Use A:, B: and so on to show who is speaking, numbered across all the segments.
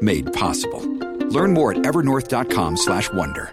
A: made possible. Learn more at evernorth.com/slash wonder.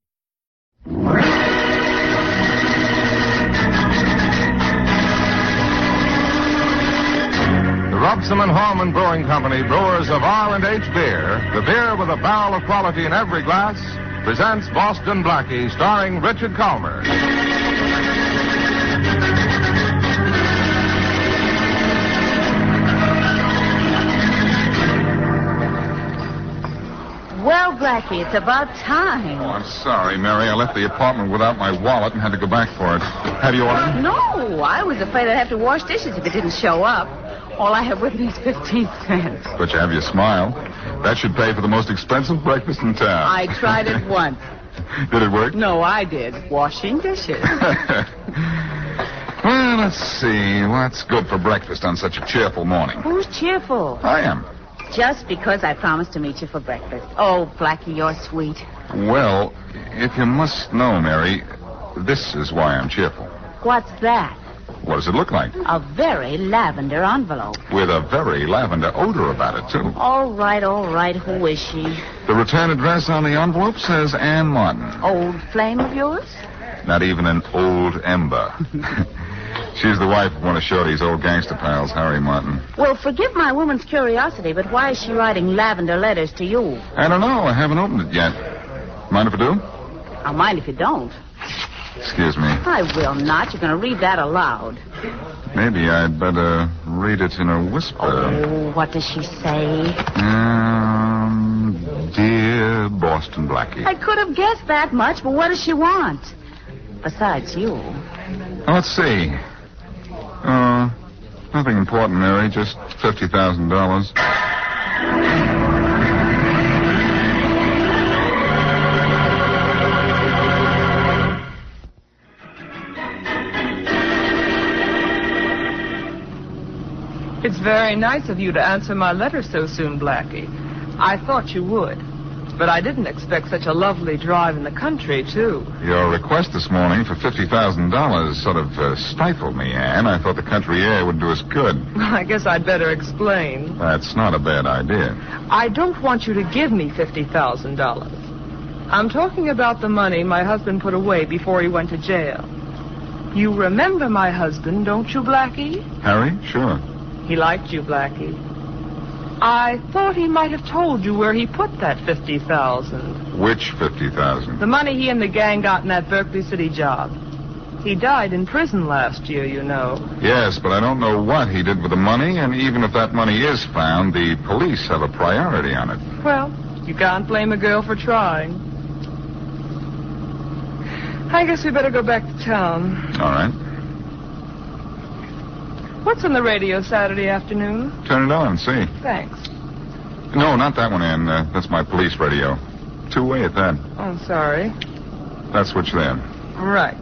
B: The Robson and Hallman Brewing Company, brewers of R&H beer, the beer with a barrel of quality in every glass, presents Boston Blackie, starring Richard Calmer.
C: Well, Blackie, it's about time.
B: I'm sorry, Mary. I left the apartment without my wallet and had to go back for it. Have you ordered?
C: No, I was afraid I'd have to wash dishes if it didn't show up. All I have with me is 15 cents.
B: But you have your smile. That should pay for the most expensive breakfast in town.
C: I tried it once.
B: Did it work?
C: No, I did. Washing dishes.
B: Well, let's see. What's good for breakfast on such a cheerful morning?
C: Who's cheerful?
B: I am.
C: Just because I promised to meet you for breakfast. Oh, Blackie, you're sweet.
B: Well, if you must know, Mary, this is why I'm cheerful.
C: What's that?
B: What does it look like?
C: A very lavender envelope.
B: With a very lavender odor about it, too.
C: All right, all right. Who is she?
B: The return address on the envelope says Ann Martin.
C: Old flame of yours?
B: Not even an old ember. She's the wife of one of Shorty's old gangster pals, Harry Martin.
C: Well, forgive my woman's curiosity, but why is she writing lavender letters to you?
B: I don't know. I haven't opened it yet. Mind if I do?
C: I'll mind if you don't.
B: Excuse me.
C: I will not. You're going to read that aloud.
B: Maybe I'd better read it in a whisper.
C: Oh, what does she say?
B: Um, dear Boston Blackie.
C: I could have guessed that much, but what does she want? Besides you.
B: Now, let's see. Uh, nothing important, Mary. Just fifty thousand dollars.
D: It's very nice of you to answer my letter so soon, Blackie. I thought you would. But I didn't expect such a lovely drive in the country, too.
B: Your request this morning for fifty thousand dollars sort of uh, stifled me, Anne. I thought the country air would do us good.
D: I guess I'd better explain.
B: That's not a bad idea.
D: I don't want you to give me $50,000. I'm talking about the money my husband put away before he went to jail. You remember my husband, don't you, Blackie?
B: Harry, sure.
D: He liked you, Blackie. I thought he might have told you where he put that 50000
B: Which fifty thousand?
D: The money he and the gang got in that Berkeley City job. He died in prison last year, you know.
B: Yes, but I don't know what he did with the money, and even if that money is found, the police have a priority on it.
D: Well, you can't blame a girl for trying. I guess we better go back to town.
B: All right.
D: What's on the radio Saturday afternoon?
B: Turn it on and see.
D: Thanks.
B: No, not that one, Anne. Uh, that's my police radio. Two way at that.
D: I'm sorry.
B: That's switch there.
D: Right.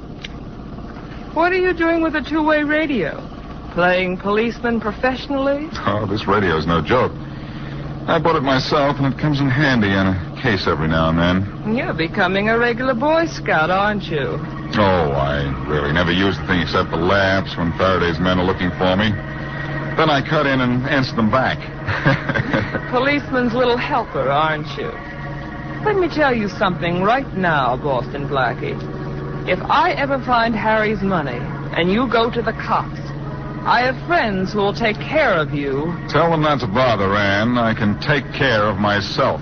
D: What are you doing with a two-way radio? Playing policeman professionally?
B: Oh, this radio's no joke. I bought it myself, and it comes in handy in a case every now and then.
D: You're becoming a regular Boy Scout, aren't you?
B: Oh, I really never use the thing except for laughs when Faraday's men are looking for me. Then I cut in and answer them back.
D: Policeman's little helper, aren't you? Let me tell you something right now, Boston Blackie. If I ever find Harry's money and you go to the cops, I have friends who will take care of you.
B: Tell them not to bother, Anne. I can take care of myself.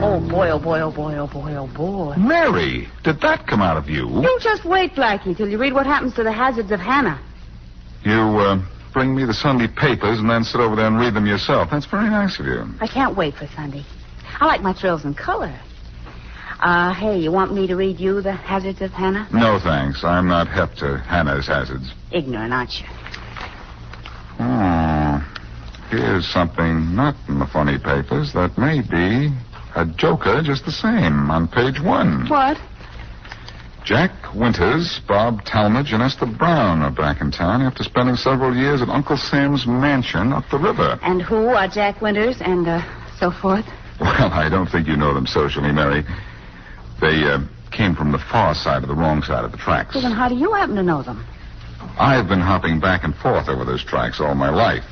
C: Oh, boy, oh, boy, oh, boy, oh, boy, oh, boy.
B: Mary, did that come out of you?
C: You just wait, Blackie, till you read what happens to the hazards of Hannah.
B: You uh, bring me the Sunday papers and then sit over there and read them yourself. That's very nice of you.
C: I can't wait for Sunday. I like my thrills in color. Uh, hey, you want me to read you the hazards of Hannah?
B: No, thanks. I'm not hep to Hannah's hazards.
C: Ignorant, aren't you?
B: Hmm. Here's something not in the funny papers that may be a joker just the same on page one.
C: What?
B: Jack Winters, Bob Talmadge, and Esther Brown are back in town after spending several years at Uncle Sam's mansion up the river.
C: And who are Jack Winters and uh, so forth?
B: Well, I don't think you know them socially, Mary. They uh, came from the far side of the wrong side of the tracks.
C: Well, then how do you happen to know them?
B: I've been hopping back and forth over those tracks all my life.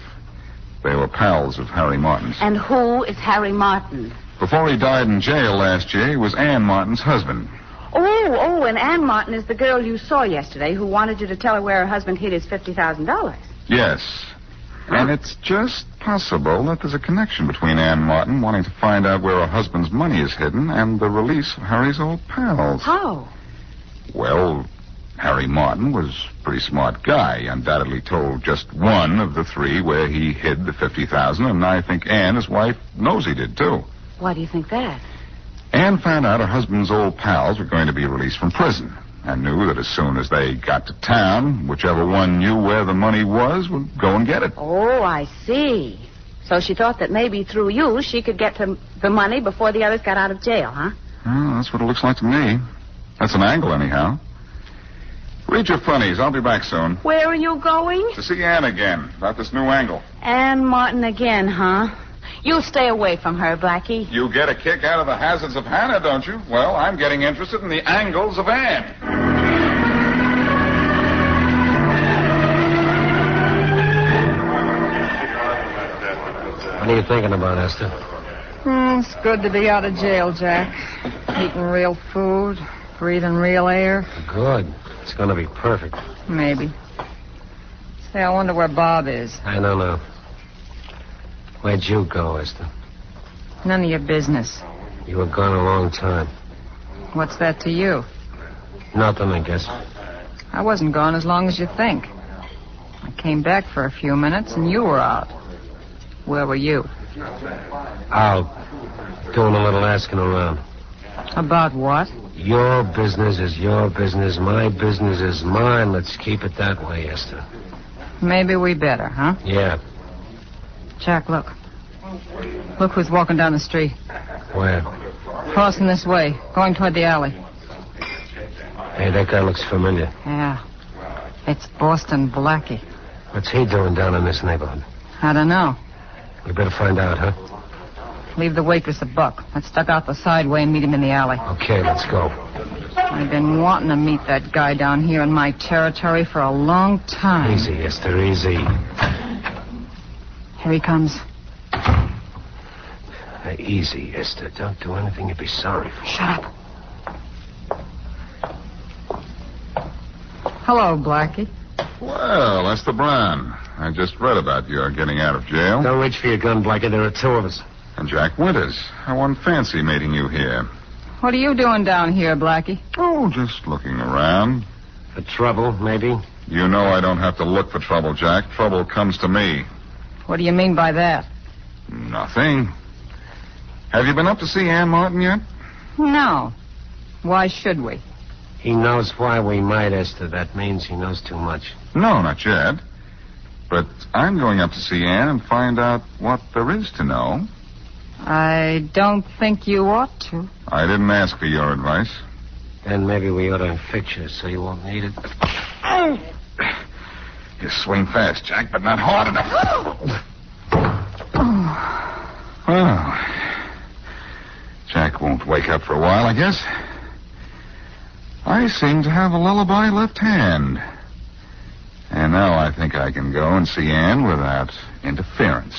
B: They were pals of Harry Martin's.
C: And who is Harry Martin?
B: Before he died in jail last year, he was Ann Martin's husband.
C: Oh, oh, and Ann Martin is the girl you saw yesterday who wanted you to tell her where her husband hid his $50,000.
B: Yes. And it's just possible that there's a connection between Ann Martin wanting to find out where her husband's money is hidden and the release of Harry's old pals.
C: How?
B: Well, Harry Martin was a pretty smart guy. He undoubtedly told just one of the three where he hid the 50000 and I think Ann, his wife, knows he did, too.
C: Why do you think that?
B: Anne found out her husband's old pals were going to be released from prison and knew that as soon as they got to town, whichever one knew where the money was would go and get it.
C: Oh, I see. So she thought that maybe through you she could get to the money before the others got out of jail, huh?
B: Well, that's what it looks like to me. That's an angle, anyhow. Read your funnies. I'll be back soon.
C: Where are you going?
B: To see Anne again about this new angle.
C: Ann Martin again, huh? You stay away from her, Blackie.
B: You get a kick out of the hazards of Hannah, don't you? Well, I'm getting interested in the angles of Anne.
E: What are you thinking about, Esther?
F: Mm, it's good to be out of jail, Jack. Eating real food, breathing real air.
E: Good. It's going to be perfect.
F: Maybe. Say, I wonder where Bob is.
E: I don't know. Where'd you go, Esther?
F: None of your business.
E: You were gone a long time.
F: What's that to you?
E: Nothing, I guess.
F: I wasn't gone as long as you think. I came back for a few minutes and you were out. Where were you?
E: Out. Doing a little asking around.
F: About what?
E: Your business is your business. My business is mine. Let's keep it that way, Esther.
F: Maybe we better, huh?
E: Yeah.
F: Jack, look. Look who's walking down the street.
E: Where?
F: Crossing this way, going toward the alley.
E: Hey, that guy looks familiar.
F: Yeah. It's Boston Blackie.
E: What's he doing down in this neighborhood?
F: I don't know.
E: You better find out, huh?
F: Leave the waitress a buck. Let's duck out the side way and meet him in the alley.
E: Okay, let's go.
F: I've been wanting to meet that guy down here in my territory for a long time.
E: Easy, Esther, easy.
F: Here he comes.
E: Uh, easy, Esther. Don't do anything you'd be sorry for.
F: Shut up. Hello, Blackie.
B: Well, Esther Brown, I just read about your getting out of jail.
E: Don't reach for your gun, Blackie. There are two of us.
B: And Jack Winters. I won't fancy meeting you here.
F: What are you doing down here, Blackie?
B: Oh, just looking around.
E: For trouble, maybe?
B: You know I don't have to look for trouble, Jack. Trouble comes to me.
F: What do you mean by that?
B: Nothing. Have you been up to see Ann Martin yet?
F: No. Why should we?
E: He knows why we might, Esther. That means he knows too much.
B: No, not yet. But I'm going up to see Ann and find out what there is to know.
F: I don't think you ought to.
B: I didn't ask for your advice.
E: Then maybe we ought to fix you so you won't need it.
B: You swing fast, Jack, but not hard enough. well, Jack won't wake up for a while, I guess. I seem to have a lullaby left hand. And now I think I can go and see Anne without interference.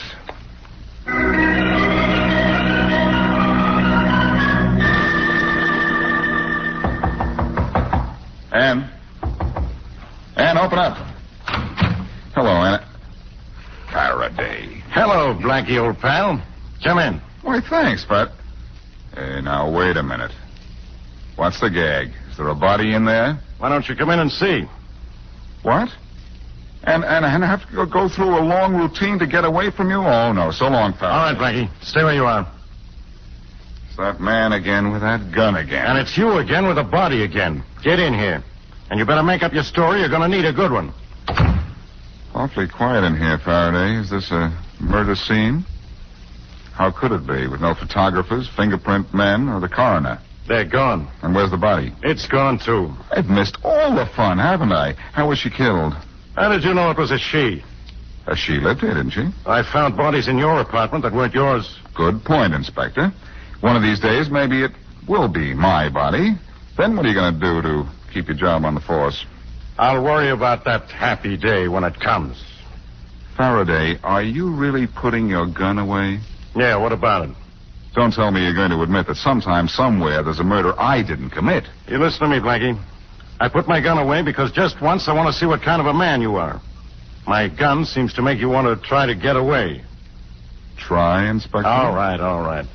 B: Anne. Anne, open up. Hello, Anne. Faraday.
E: Hello, Blackie, old pal. Come in.
B: Why, thanks, but. Hey, now, wait a minute. What's the gag? Is there a body in there?
E: Why don't you come in and see?
B: What? And and and have to go- go through a long routine to get away from you? Oh no, so long, pal.
E: All right, Blackie. Stay where you are.
B: It's that man again with that gun again.
E: And it's you again with a body again. Get in here. And you better make up your story. You're going to need a good one.
B: awfully quiet in here, Faraday. Is this a murder scene? How could it be with no photographers, fingerprint men, or the coroner?
E: They're gone.
B: And where's the body?
E: It's gone, too.
B: I've missed all the fun, haven't I? How was she killed?
E: How did you know it was a she?
B: Uh, she lived here, didn't she?
E: I found bodies in your apartment that weren't yours.
B: Good point, Inspector. One of these days, maybe it will be my body. Then what are you going to do to keep your job on the force?
E: I'll worry about that happy day when it comes.
B: Faraday, are you really putting your gun away?
E: Yeah, what about it?
B: Don't tell me you're going to admit that sometime, somewhere, there's a murder I didn't commit.
E: You listen to me, Blackie. I put my gun away because just once I want to see what kind of a man you are. My gun seems to make you want to try to get away.
B: Try, Inspector.
E: All right, all right.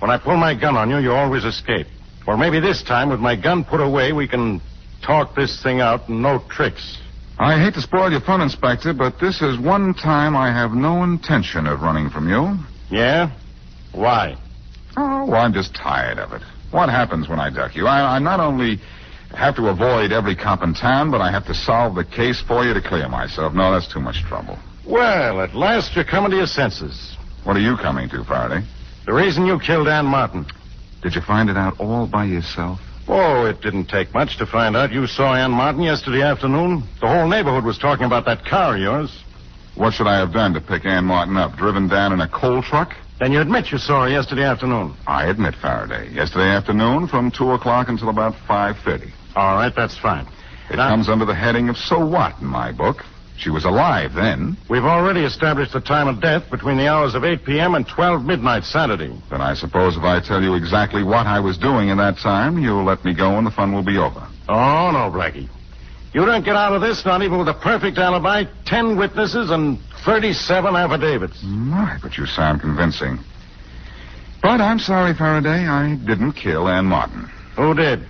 E: When I pull my gun on you, you always escape. Or maybe this time, with my gun put away, we can talk this thing out and no tricks.
B: I hate to spoil your fun, Inspector, but this is one time I have no intention of running from you.
E: Yeah? Why?
B: Oh, I'm just tired of it. What happens when I duck you? I, I not only have to avoid every cop in town, but I have to solve the case for you to clear myself. No, that's too much trouble.
E: Well, at last you're coming to your senses.
B: What are you coming to, Faraday?
E: The reason you killed Ann Martin.
B: Did you find it out all by yourself?
E: Oh, it didn't take much to find out. You saw Ann Martin yesterday afternoon. The whole neighborhood was talking about that car of yours.
B: What should I have done to pick Ann Martin up? Driven down in a coal truck?
E: Then you admit you saw her yesterday afternoon.
B: I admit, Faraday. Yesterday afternoon, from two o'clock until about five thirty.
E: All right, that's fine.
B: It
E: Now-
B: comes under the heading of so what in my book. She was alive then.
E: We've already established the time of death between the hours of 8 p.m. and 12 midnight Saturday.
B: Then I suppose if I tell you exactly what I was doing in that time, you'll let me go and the fun will be over.
E: Oh, no, Blackie. You don't get out of this, not even with a perfect alibi, 10 witnesses, and 37 affidavits.
B: My, but you sound convincing. But I'm sorry, Faraday. I didn't kill Ann Martin.
E: Who did?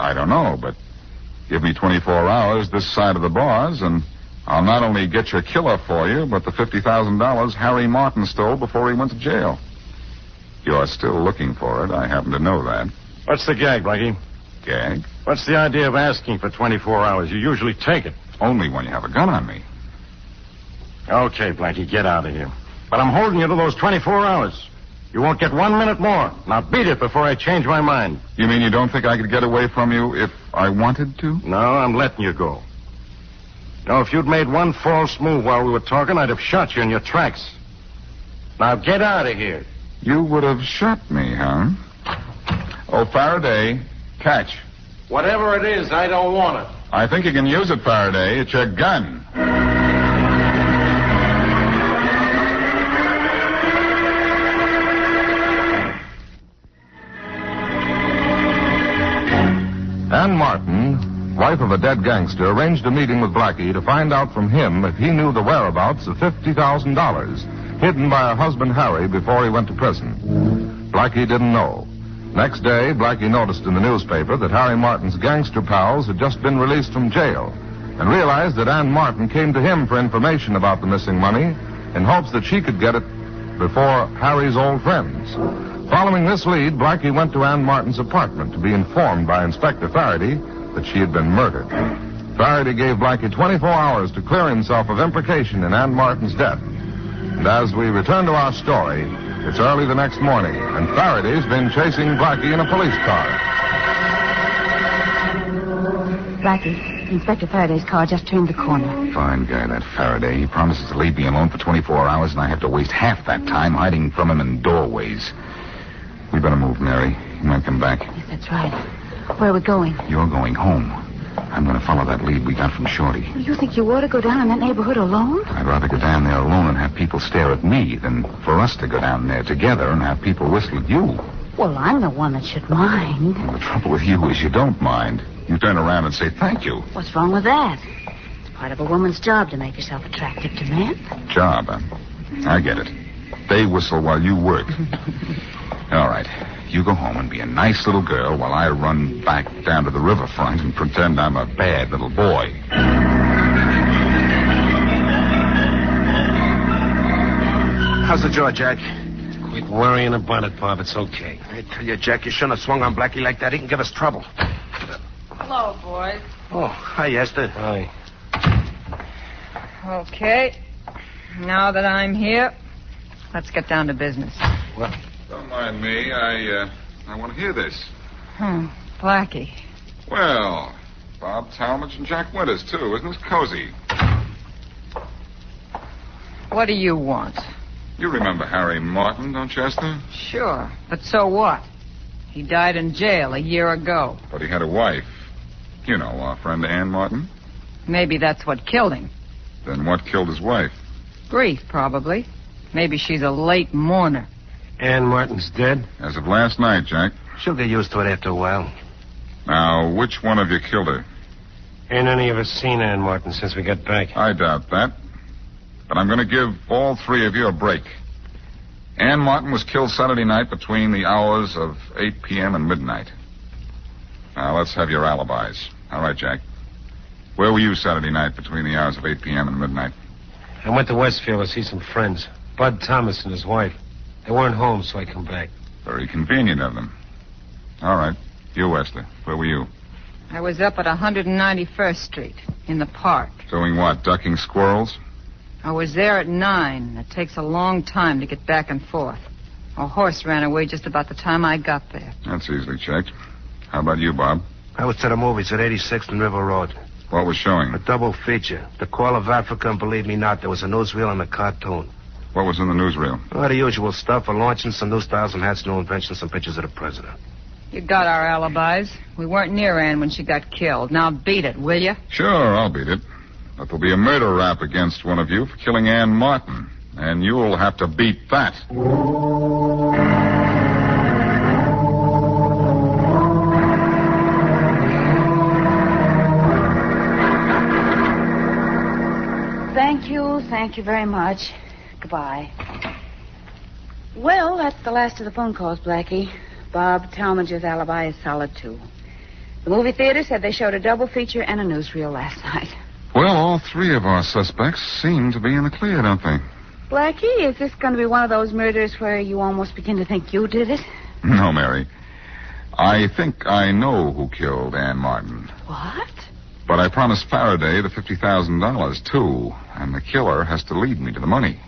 B: I don't know, but give me 24 hours this side of the bars, and I'll not only get your killer for you, but the $50,000 Harry Martin stole before he went to jail. You're still looking for it. I happen to know that.
E: What's the gag, Blackie?
B: Gag?
E: What's the idea of asking for 24 hours? You usually take it.
B: Only when you have a gun on me.
E: Okay, Blackie, get out of here. But I'm holding you to those 24 hours. You won't get one minute more. Now beat it before I change my mind.
B: You mean you don't think I could get away from you if I wanted to?
E: No, I'm letting you go. Now, if you'd made one false move while we were talking, I'd have shot you in your tracks. Now get out of here.
B: You would have shot me, huh? Oh, Faraday, catch.
E: Whatever it is, I don't want it.
B: I think you can use it, Faraday. It's your gun.
G: Ann Martin, wife of a dead gangster, arranged a meeting with Blackie to find out from him if he knew the whereabouts of $50,000 hidden by her husband Harry before he went to prison. Blackie didn't know. Next day, Blackie noticed in the newspaper that Harry Martin's gangster pals had just been released from jail and realized that Ann Martin came to him for information about the missing money in hopes that she could get it before Harry's old friends. Following this lead, Blackie went to Ann Martin's apartment to be informed by Inspector Faraday that she had been murdered. Faraday gave Blackie 24 hours to clear himself of implication in Ann Martin's death. And as we return to our story,
B: It's early the next morning, and Faraday's been chasing Blackie in a police car.
C: Blackie, Inspector Faraday's car just turned the corner.
H: Fine guy, that Faraday. He promises to leave me alone for 24 hours, and I have to waste half that time hiding from him in doorways. We better move, Mary. He might come back.
C: That's right. Where are we going?
H: You're going home. I'm going to follow that lead we got from Shorty.
C: You think you ought to go down in that neighborhood alone?
H: I'd rather go down there alone and have people stare at me than for us to go down there together and have people whistle at you.
C: Well, I'm the one that should mind.
H: The trouble with you is you don't mind. You turn around and say thank you.
C: What's wrong with that? It's part of a woman's job to make herself attractive to men.
H: Job. huh? I get it. They whistle while you work. All right. You go home and be a nice little girl while I run back down to the riverfront and pretend I'm a bad little boy.
I: How's the jaw, Jack?
J: Quit worrying about it, Bob. It's okay.
I: I tell you, Jack, you shouldn't have swung on Blackie like that. He can give us trouble.
K: Hello, boys.
I: Oh, hi, Esther. Hi.
F: Okay. Now that I'm here, let's get down to business.
I: What?
B: Don't mind me. I, uh, I want to hear this.
F: Hmm. Blackie.
B: Well, Bob Talmadge and Jack Winters, too. Isn't this cozy?
F: What do you want?
B: You remember Harry Martin, don't you, Esther?
F: Sure. But so what? He died in jail a year ago.
B: But he had a wife. You know, our friend Ann Martin.
F: Maybe that's what killed him.
B: Then what killed his wife?
F: Grief, probably. Maybe she's a late mourner.
J: Ann Martin's dead.
B: As of last night, Jack.
J: She'll get used to it after a while.
B: Now, which one of you killed her?
J: Ain't any of us seen Ann Martin since we got back.
B: I doubt that. But I'm going to give all three of you a break. Ann Martin was killed Saturday night between the hours of 8 p.m. and midnight. Now, let's have your alibis. All right, Jack. Where were you Saturday night between the hours of 8 p.m. and midnight?
J: I went to Westfield to see some friends. Bud Thomas and his wife. They weren't home, so I come back.
B: Very convenient of them. All right. You, Esther. Where were you?
F: I was up at 191st Street in the park.
B: Doing what? Ducking squirrels?
F: I was there at nine. It takes a long time to get back and forth. A horse ran away just about the time I got there.
B: That's easily checked. How about you, Bob?
I: I was to the movies at 86th and River Road.
B: What was showing?
I: A double feature. The Call of Africa and Believe Me Not. There was a newsreel and a cartoon.
B: What was in the newsreel?
I: Well, the usual stuff. A launching, some new styles and hats, new inventions, some pictures of the president.
F: You got our alibis. We weren't near Ann when she got killed. Now beat it, will you?
B: Sure, I'll beat it. But there'll be a murder rap against one of you for killing Ann Martin. And you'll have to beat that.
C: Thank you, thank you very much. Goodbye. Well, that's the last of the phone calls, Blackie. Bob Talmadge's alibi is solid, too. The movie theater said they showed a double feature and a newsreel last night.
B: Well, all three of our suspects seem to be in the clear, don't they?
C: Blackie, is this going to be one of those murders where you almost begin to think you did it?
B: No, Mary. I think I know who killed Ann Martin.
C: What?
B: But I promised Faraday the $50,000, too, and the killer has to lead me to the money.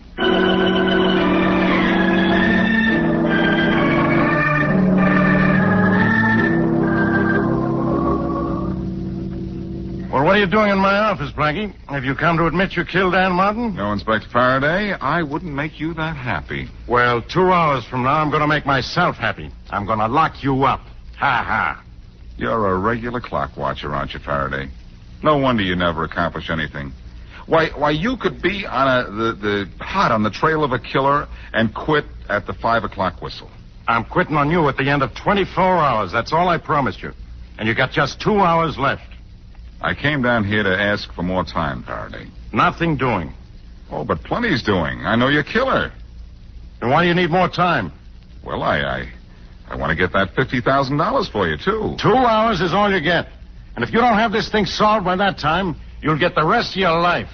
E: Well, what are you doing in my office, Blackie? Have you come to admit you killed Ann Martin?
B: No, Inspector Faraday, I wouldn't make you that happy.
E: Well, two hours from now, I'm going to make myself happy. I'm going to lock you up. Ha ha.
B: You're a regular clock watcher, aren't you, Faraday? No wonder you never accomplish anything. Why, why you could be on a, the, the hot on the trail of a killer and quit at the five o'clock whistle.
E: I'm quitting on you at the end of 24 hours. That's all I promised you. And you got just two hours left.
B: I came down here to ask for more time, Faraday.
E: Nothing doing.
B: Oh, but plenty's doing. I know your killer.
E: Then why do you need more time?
B: Well, I, I, I want to get that fifty thousand dollars for you too.
E: Two hours is all you get. And if you don't have this thing solved by that time, you'll get the rest of your life.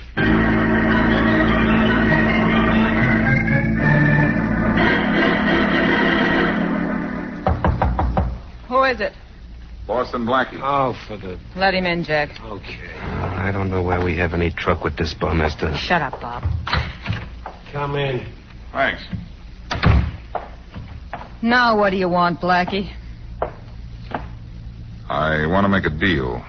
F: Who is it?
B: Boston Blackie.
J: Oh, for the.
F: Let him in, Jack.
J: Okay.
I: I don't know why we have any truck with this bum, Esther.
F: Shut up, Bob.
J: Come in.
B: Thanks.
F: Now what do you want, Blackie?
B: I want to make a deal.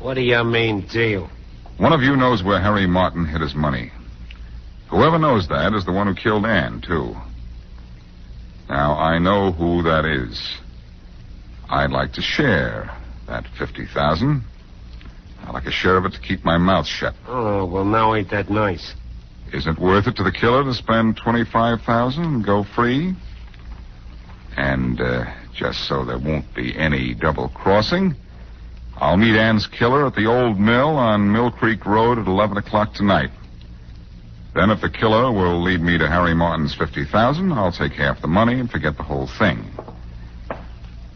E: What do you mean, deal?
B: One of you knows where Harry Martin hid his money. Whoever knows that is the one who killed Ann, too. Now, I know who that is. I'd like to share that 50000 I'd like a share of it to keep my mouth shut.
E: Oh, well, now ain't that nice.
B: Is it worth it to the killer to spend 25000 and go free? And uh, just so there won't be any double crossing, I'll meet Ann's killer at the old mill on Mill Creek Road at 11 o'clock tonight. Then, if the killer will lead me to Harry Martin's 50000 I'll take half the money and forget the whole thing.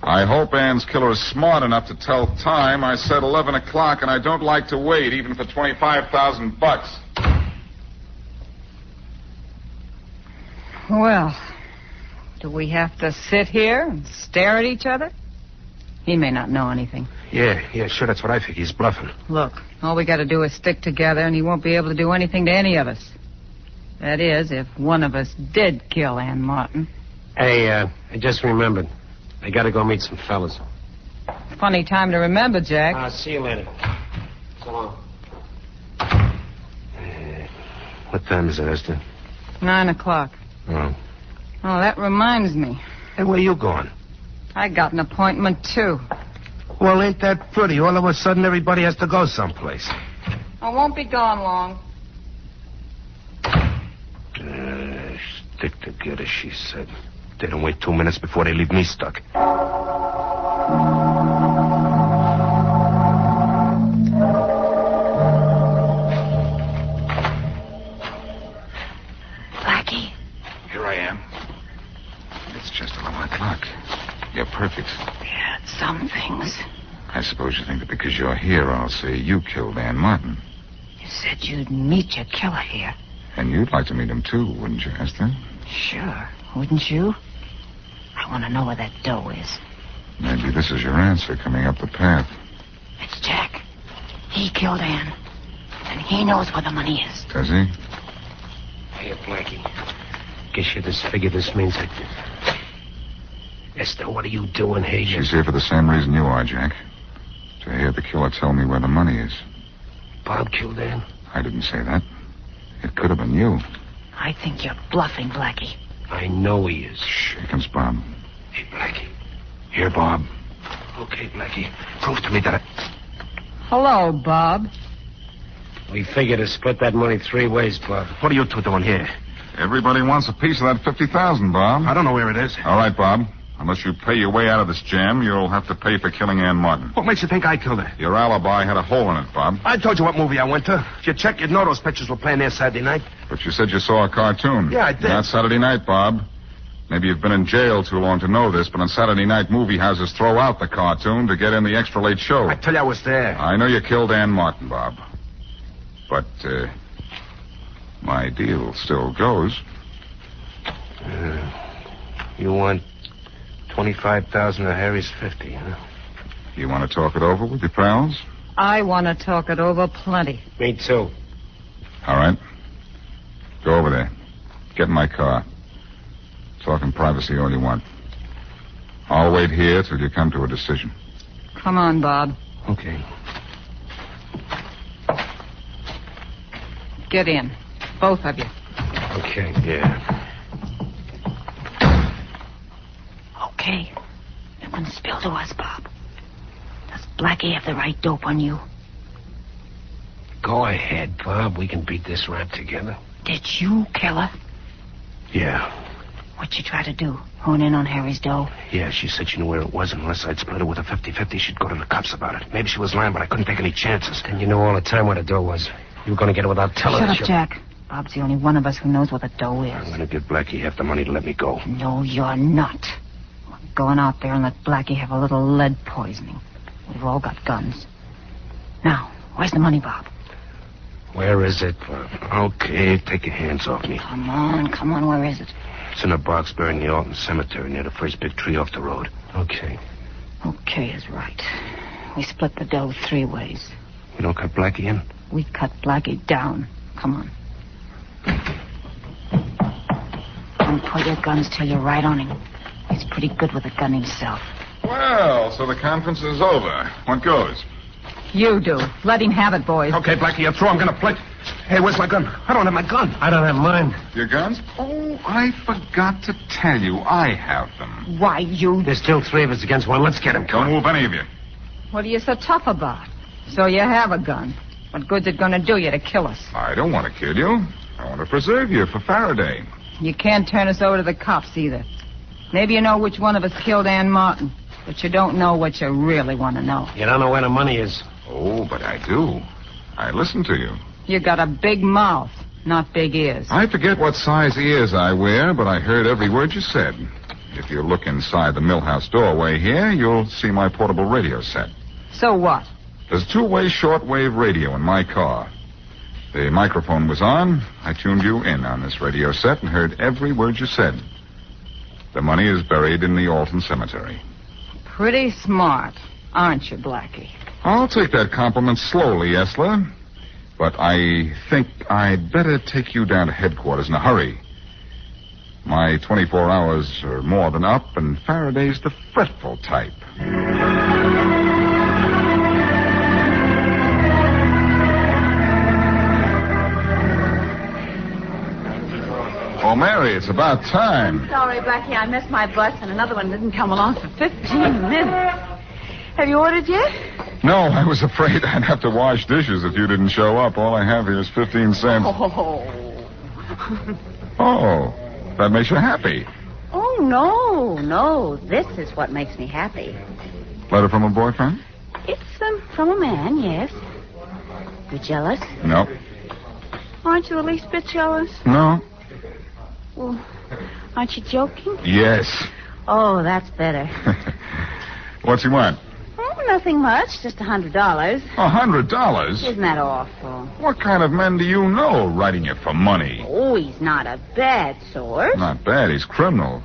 B: I hope Ann's killer is smart enough to tell time. I said 11 o'clock, and I don't like to wait, even for 25,000 bucks.
F: Well, do we have to sit here and stare at each other? He may not know anything.
I: Yeah, yeah, sure, that's what I figure. He's bluffing.
F: Look, all we got to do is stick together, and he won't be able to do anything to any of us. That is, if one of us did kill Ann Martin.
E: Hey, uh, I just remembered. I gotta go meet some fellas.
F: Funny time to remember, Jack.
E: Uh, see you later. So long.
I: Eh, What time is it, Esther?
F: Nine o'clock.
I: Oh.
F: Oh, that reminds me.
I: Hey, where you going?
F: I got an appointment, too.
I: Well, ain't that pretty? All of a sudden, everybody has to go someplace.
F: I won't be gone long.
I: Uh, stick together, she said. They don't wait two minutes before they leave me stuck.
C: Blackie,
B: Here I am. It's just 11 o'clock. You're perfect.
C: some things.
B: I suppose you think that because you're here, I'll say you killed Ann Martin.
C: You said you'd meet your killer here.
B: And you'd like to meet him, too, wouldn't you, Esther?
C: Sure, wouldn't you? I want to know where that dough is.
B: Maybe this is your answer coming up the path.
C: It's Jack. He killed Ann. And he knows where the money is.
B: Does he?
I: Hey, Blackie. Guess you this figure this means I... Esther, what are you doing here? You-
B: She's here for the same reason you are, Jack. To hear the killer tell me where the money is.
I: Bob killed Ann.
B: I didn't say that. It could have been you.
C: I think you're bluffing, Blackie.
I: I know he is.
B: Dickens, Bob.
I: Hey, Blackie.
B: Here, Bob.
I: Okay, Blackie. Prove to me that I...
F: Hello, Bob.
E: We figure to split that money three ways, Bob.
I: What are you two doing here?
B: Everybody wants a piece of that 50000 Bob.
I: I don't know where it is.
B: All right, Bob. Unless you pay your way out of this jam, you'll have to pay for killing Ann Martin.
I: What makes you think I killed her?
B: Your alibi had a hole in it, Bob.
I: I told you what movie I went to. If you check, you'd know those pictures were playing there Saturday night.
B: But you said you saw a cartoon.
I: Yeah, I did.
B: Not Saturday night, Bob. Maybe you've been in jail too long to know this, but on Saturday night, movie houses throw out the cartoon to get in the extra late show.
I: I tell you I was there.
B: I know you killed Ann Martin, Bob. But, uh, my deal still goes.
I: You want 25,000 of Harry's 50, huh?
B: You want to talk it over with your pals?
F: I want to talk it over plenty.
E: Me too.
B: All right. Go over there. Get in my car. Talk in privacy all you want. I'll wait here till you come to a decision.
F: Come on, Bob.
I: Okay.
F: Get in. Both of you.
I: Okay. Yeah.
C: Okay. It wouldn't spill to us, Bob. Does Blackie have the right dope on you?
I: Go ahead, Bob. We can beat this rap together.
C: Did you kill her?
I: Yeah.
C: What'd you try to do? Hone in on Harry's dough?
I: Yeah, she said she knew where it was, and unless I'd split her with a 50 50, she'd go to the cops about it. Maybe she was lying, but I couldn't take any chances.
E: And you know all the time where the door was. You were going to get it without telling
C: Shut
E: us.
C: up, Jack. Bob's the only one of us who knows where the dough
I: I'm
C: is.
I: going to give Blackie half the money to let me go.
C: No, you're not. We're going out there and let Blackie have a little lead poisoning. We've all got guns. Now, where's the money, Bob?
I: Where is it, Bob? Okay, take your hands off me.
C: Come on, come on, where is it?
I: It's in a box buried in the Alton Cemetery near the first big tree off the road. Okay.
C: Okay is right. We split the dough three ways.
I: You don't cut Blackie in?
C: We cut Blackie down. Come on. Don't put your guns till you're right on him.
L: He's pretty good with a gun himself.
B: Well, so the conference is over. What goes?
F: You do. Let him have it, boys.
B: Okay, Blackie, you're through. I'm gonna play. Hey, where's my gun? I don't have my gun. I don't have mine. Your guns? Oh, I forgot to tell you. I have them.
L: Why, you.
I: There's still three of us against one. Let's get him.
B: Don't move any of you.
F: What are you so tough about? So you have a gun. What good's it gonna do you to kill us?
B: I don't want to kill you. I want to preserve you for Faraday.
F: You can't turn us over to the cops either. Maybe you know which one of us killed Ann Martin, but you don't know what you really want to know.
B: You don't know where the money is. Oh, but I do. I listen to you.
F: You got a big mouth, not big ears.
B: I forget what size ears I wear, but I heard every word you said. If you look inside the millhouse doorway here, you'll see my portable radio set.
F: So what?
B: There's a two-way shortwave radio in my car. The microphone was on. I tuned you in on this radio set and heard every word you said. The money is buried in the Alton Cemetery.
F: Pretty smart, aren't you, Blackie?
B: I'll take that compliment slowly, Esla. But I think I'd better take you down to headquarters in a hurry. My 24 hours are more than up, and Faraday's the fretful type. Oh, Mary, it's about time.
C: Sorry, Blackie, I missed my bus, and another one didn't come along for 15 minutes. Have you ordered yet?
B: No, I was afraid I'd have to wash dishes if you didn't show up. All I have here is 15 cents.
C: Oh.
B: Oh, that makes you happy.
C: oh, no, no. This is what makes me happy.
B: Letter from a boyfriend?
C: It's um, from a man, yes. You jealous?
B: No.
C: Aren't you the least bit jealous?
B: No?
C: Well, aren't you joking?
B: Yes.
C: Oh, that's better.
B: What's he want?
C: Oh, nothing much, just a hundred dollars.
B: A hundred dollars?
C: Isn't that awful?
B: What kind of men do you know writing it for money?
C: Oh, he's not a bad sort.
B: Not bad. He's criminal.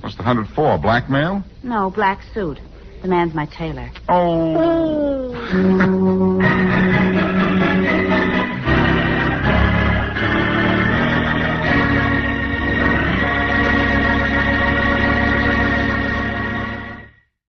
B: What's the hundred for? Blackmail?
C: No, black suit. The man's my tailor.
B: Oh.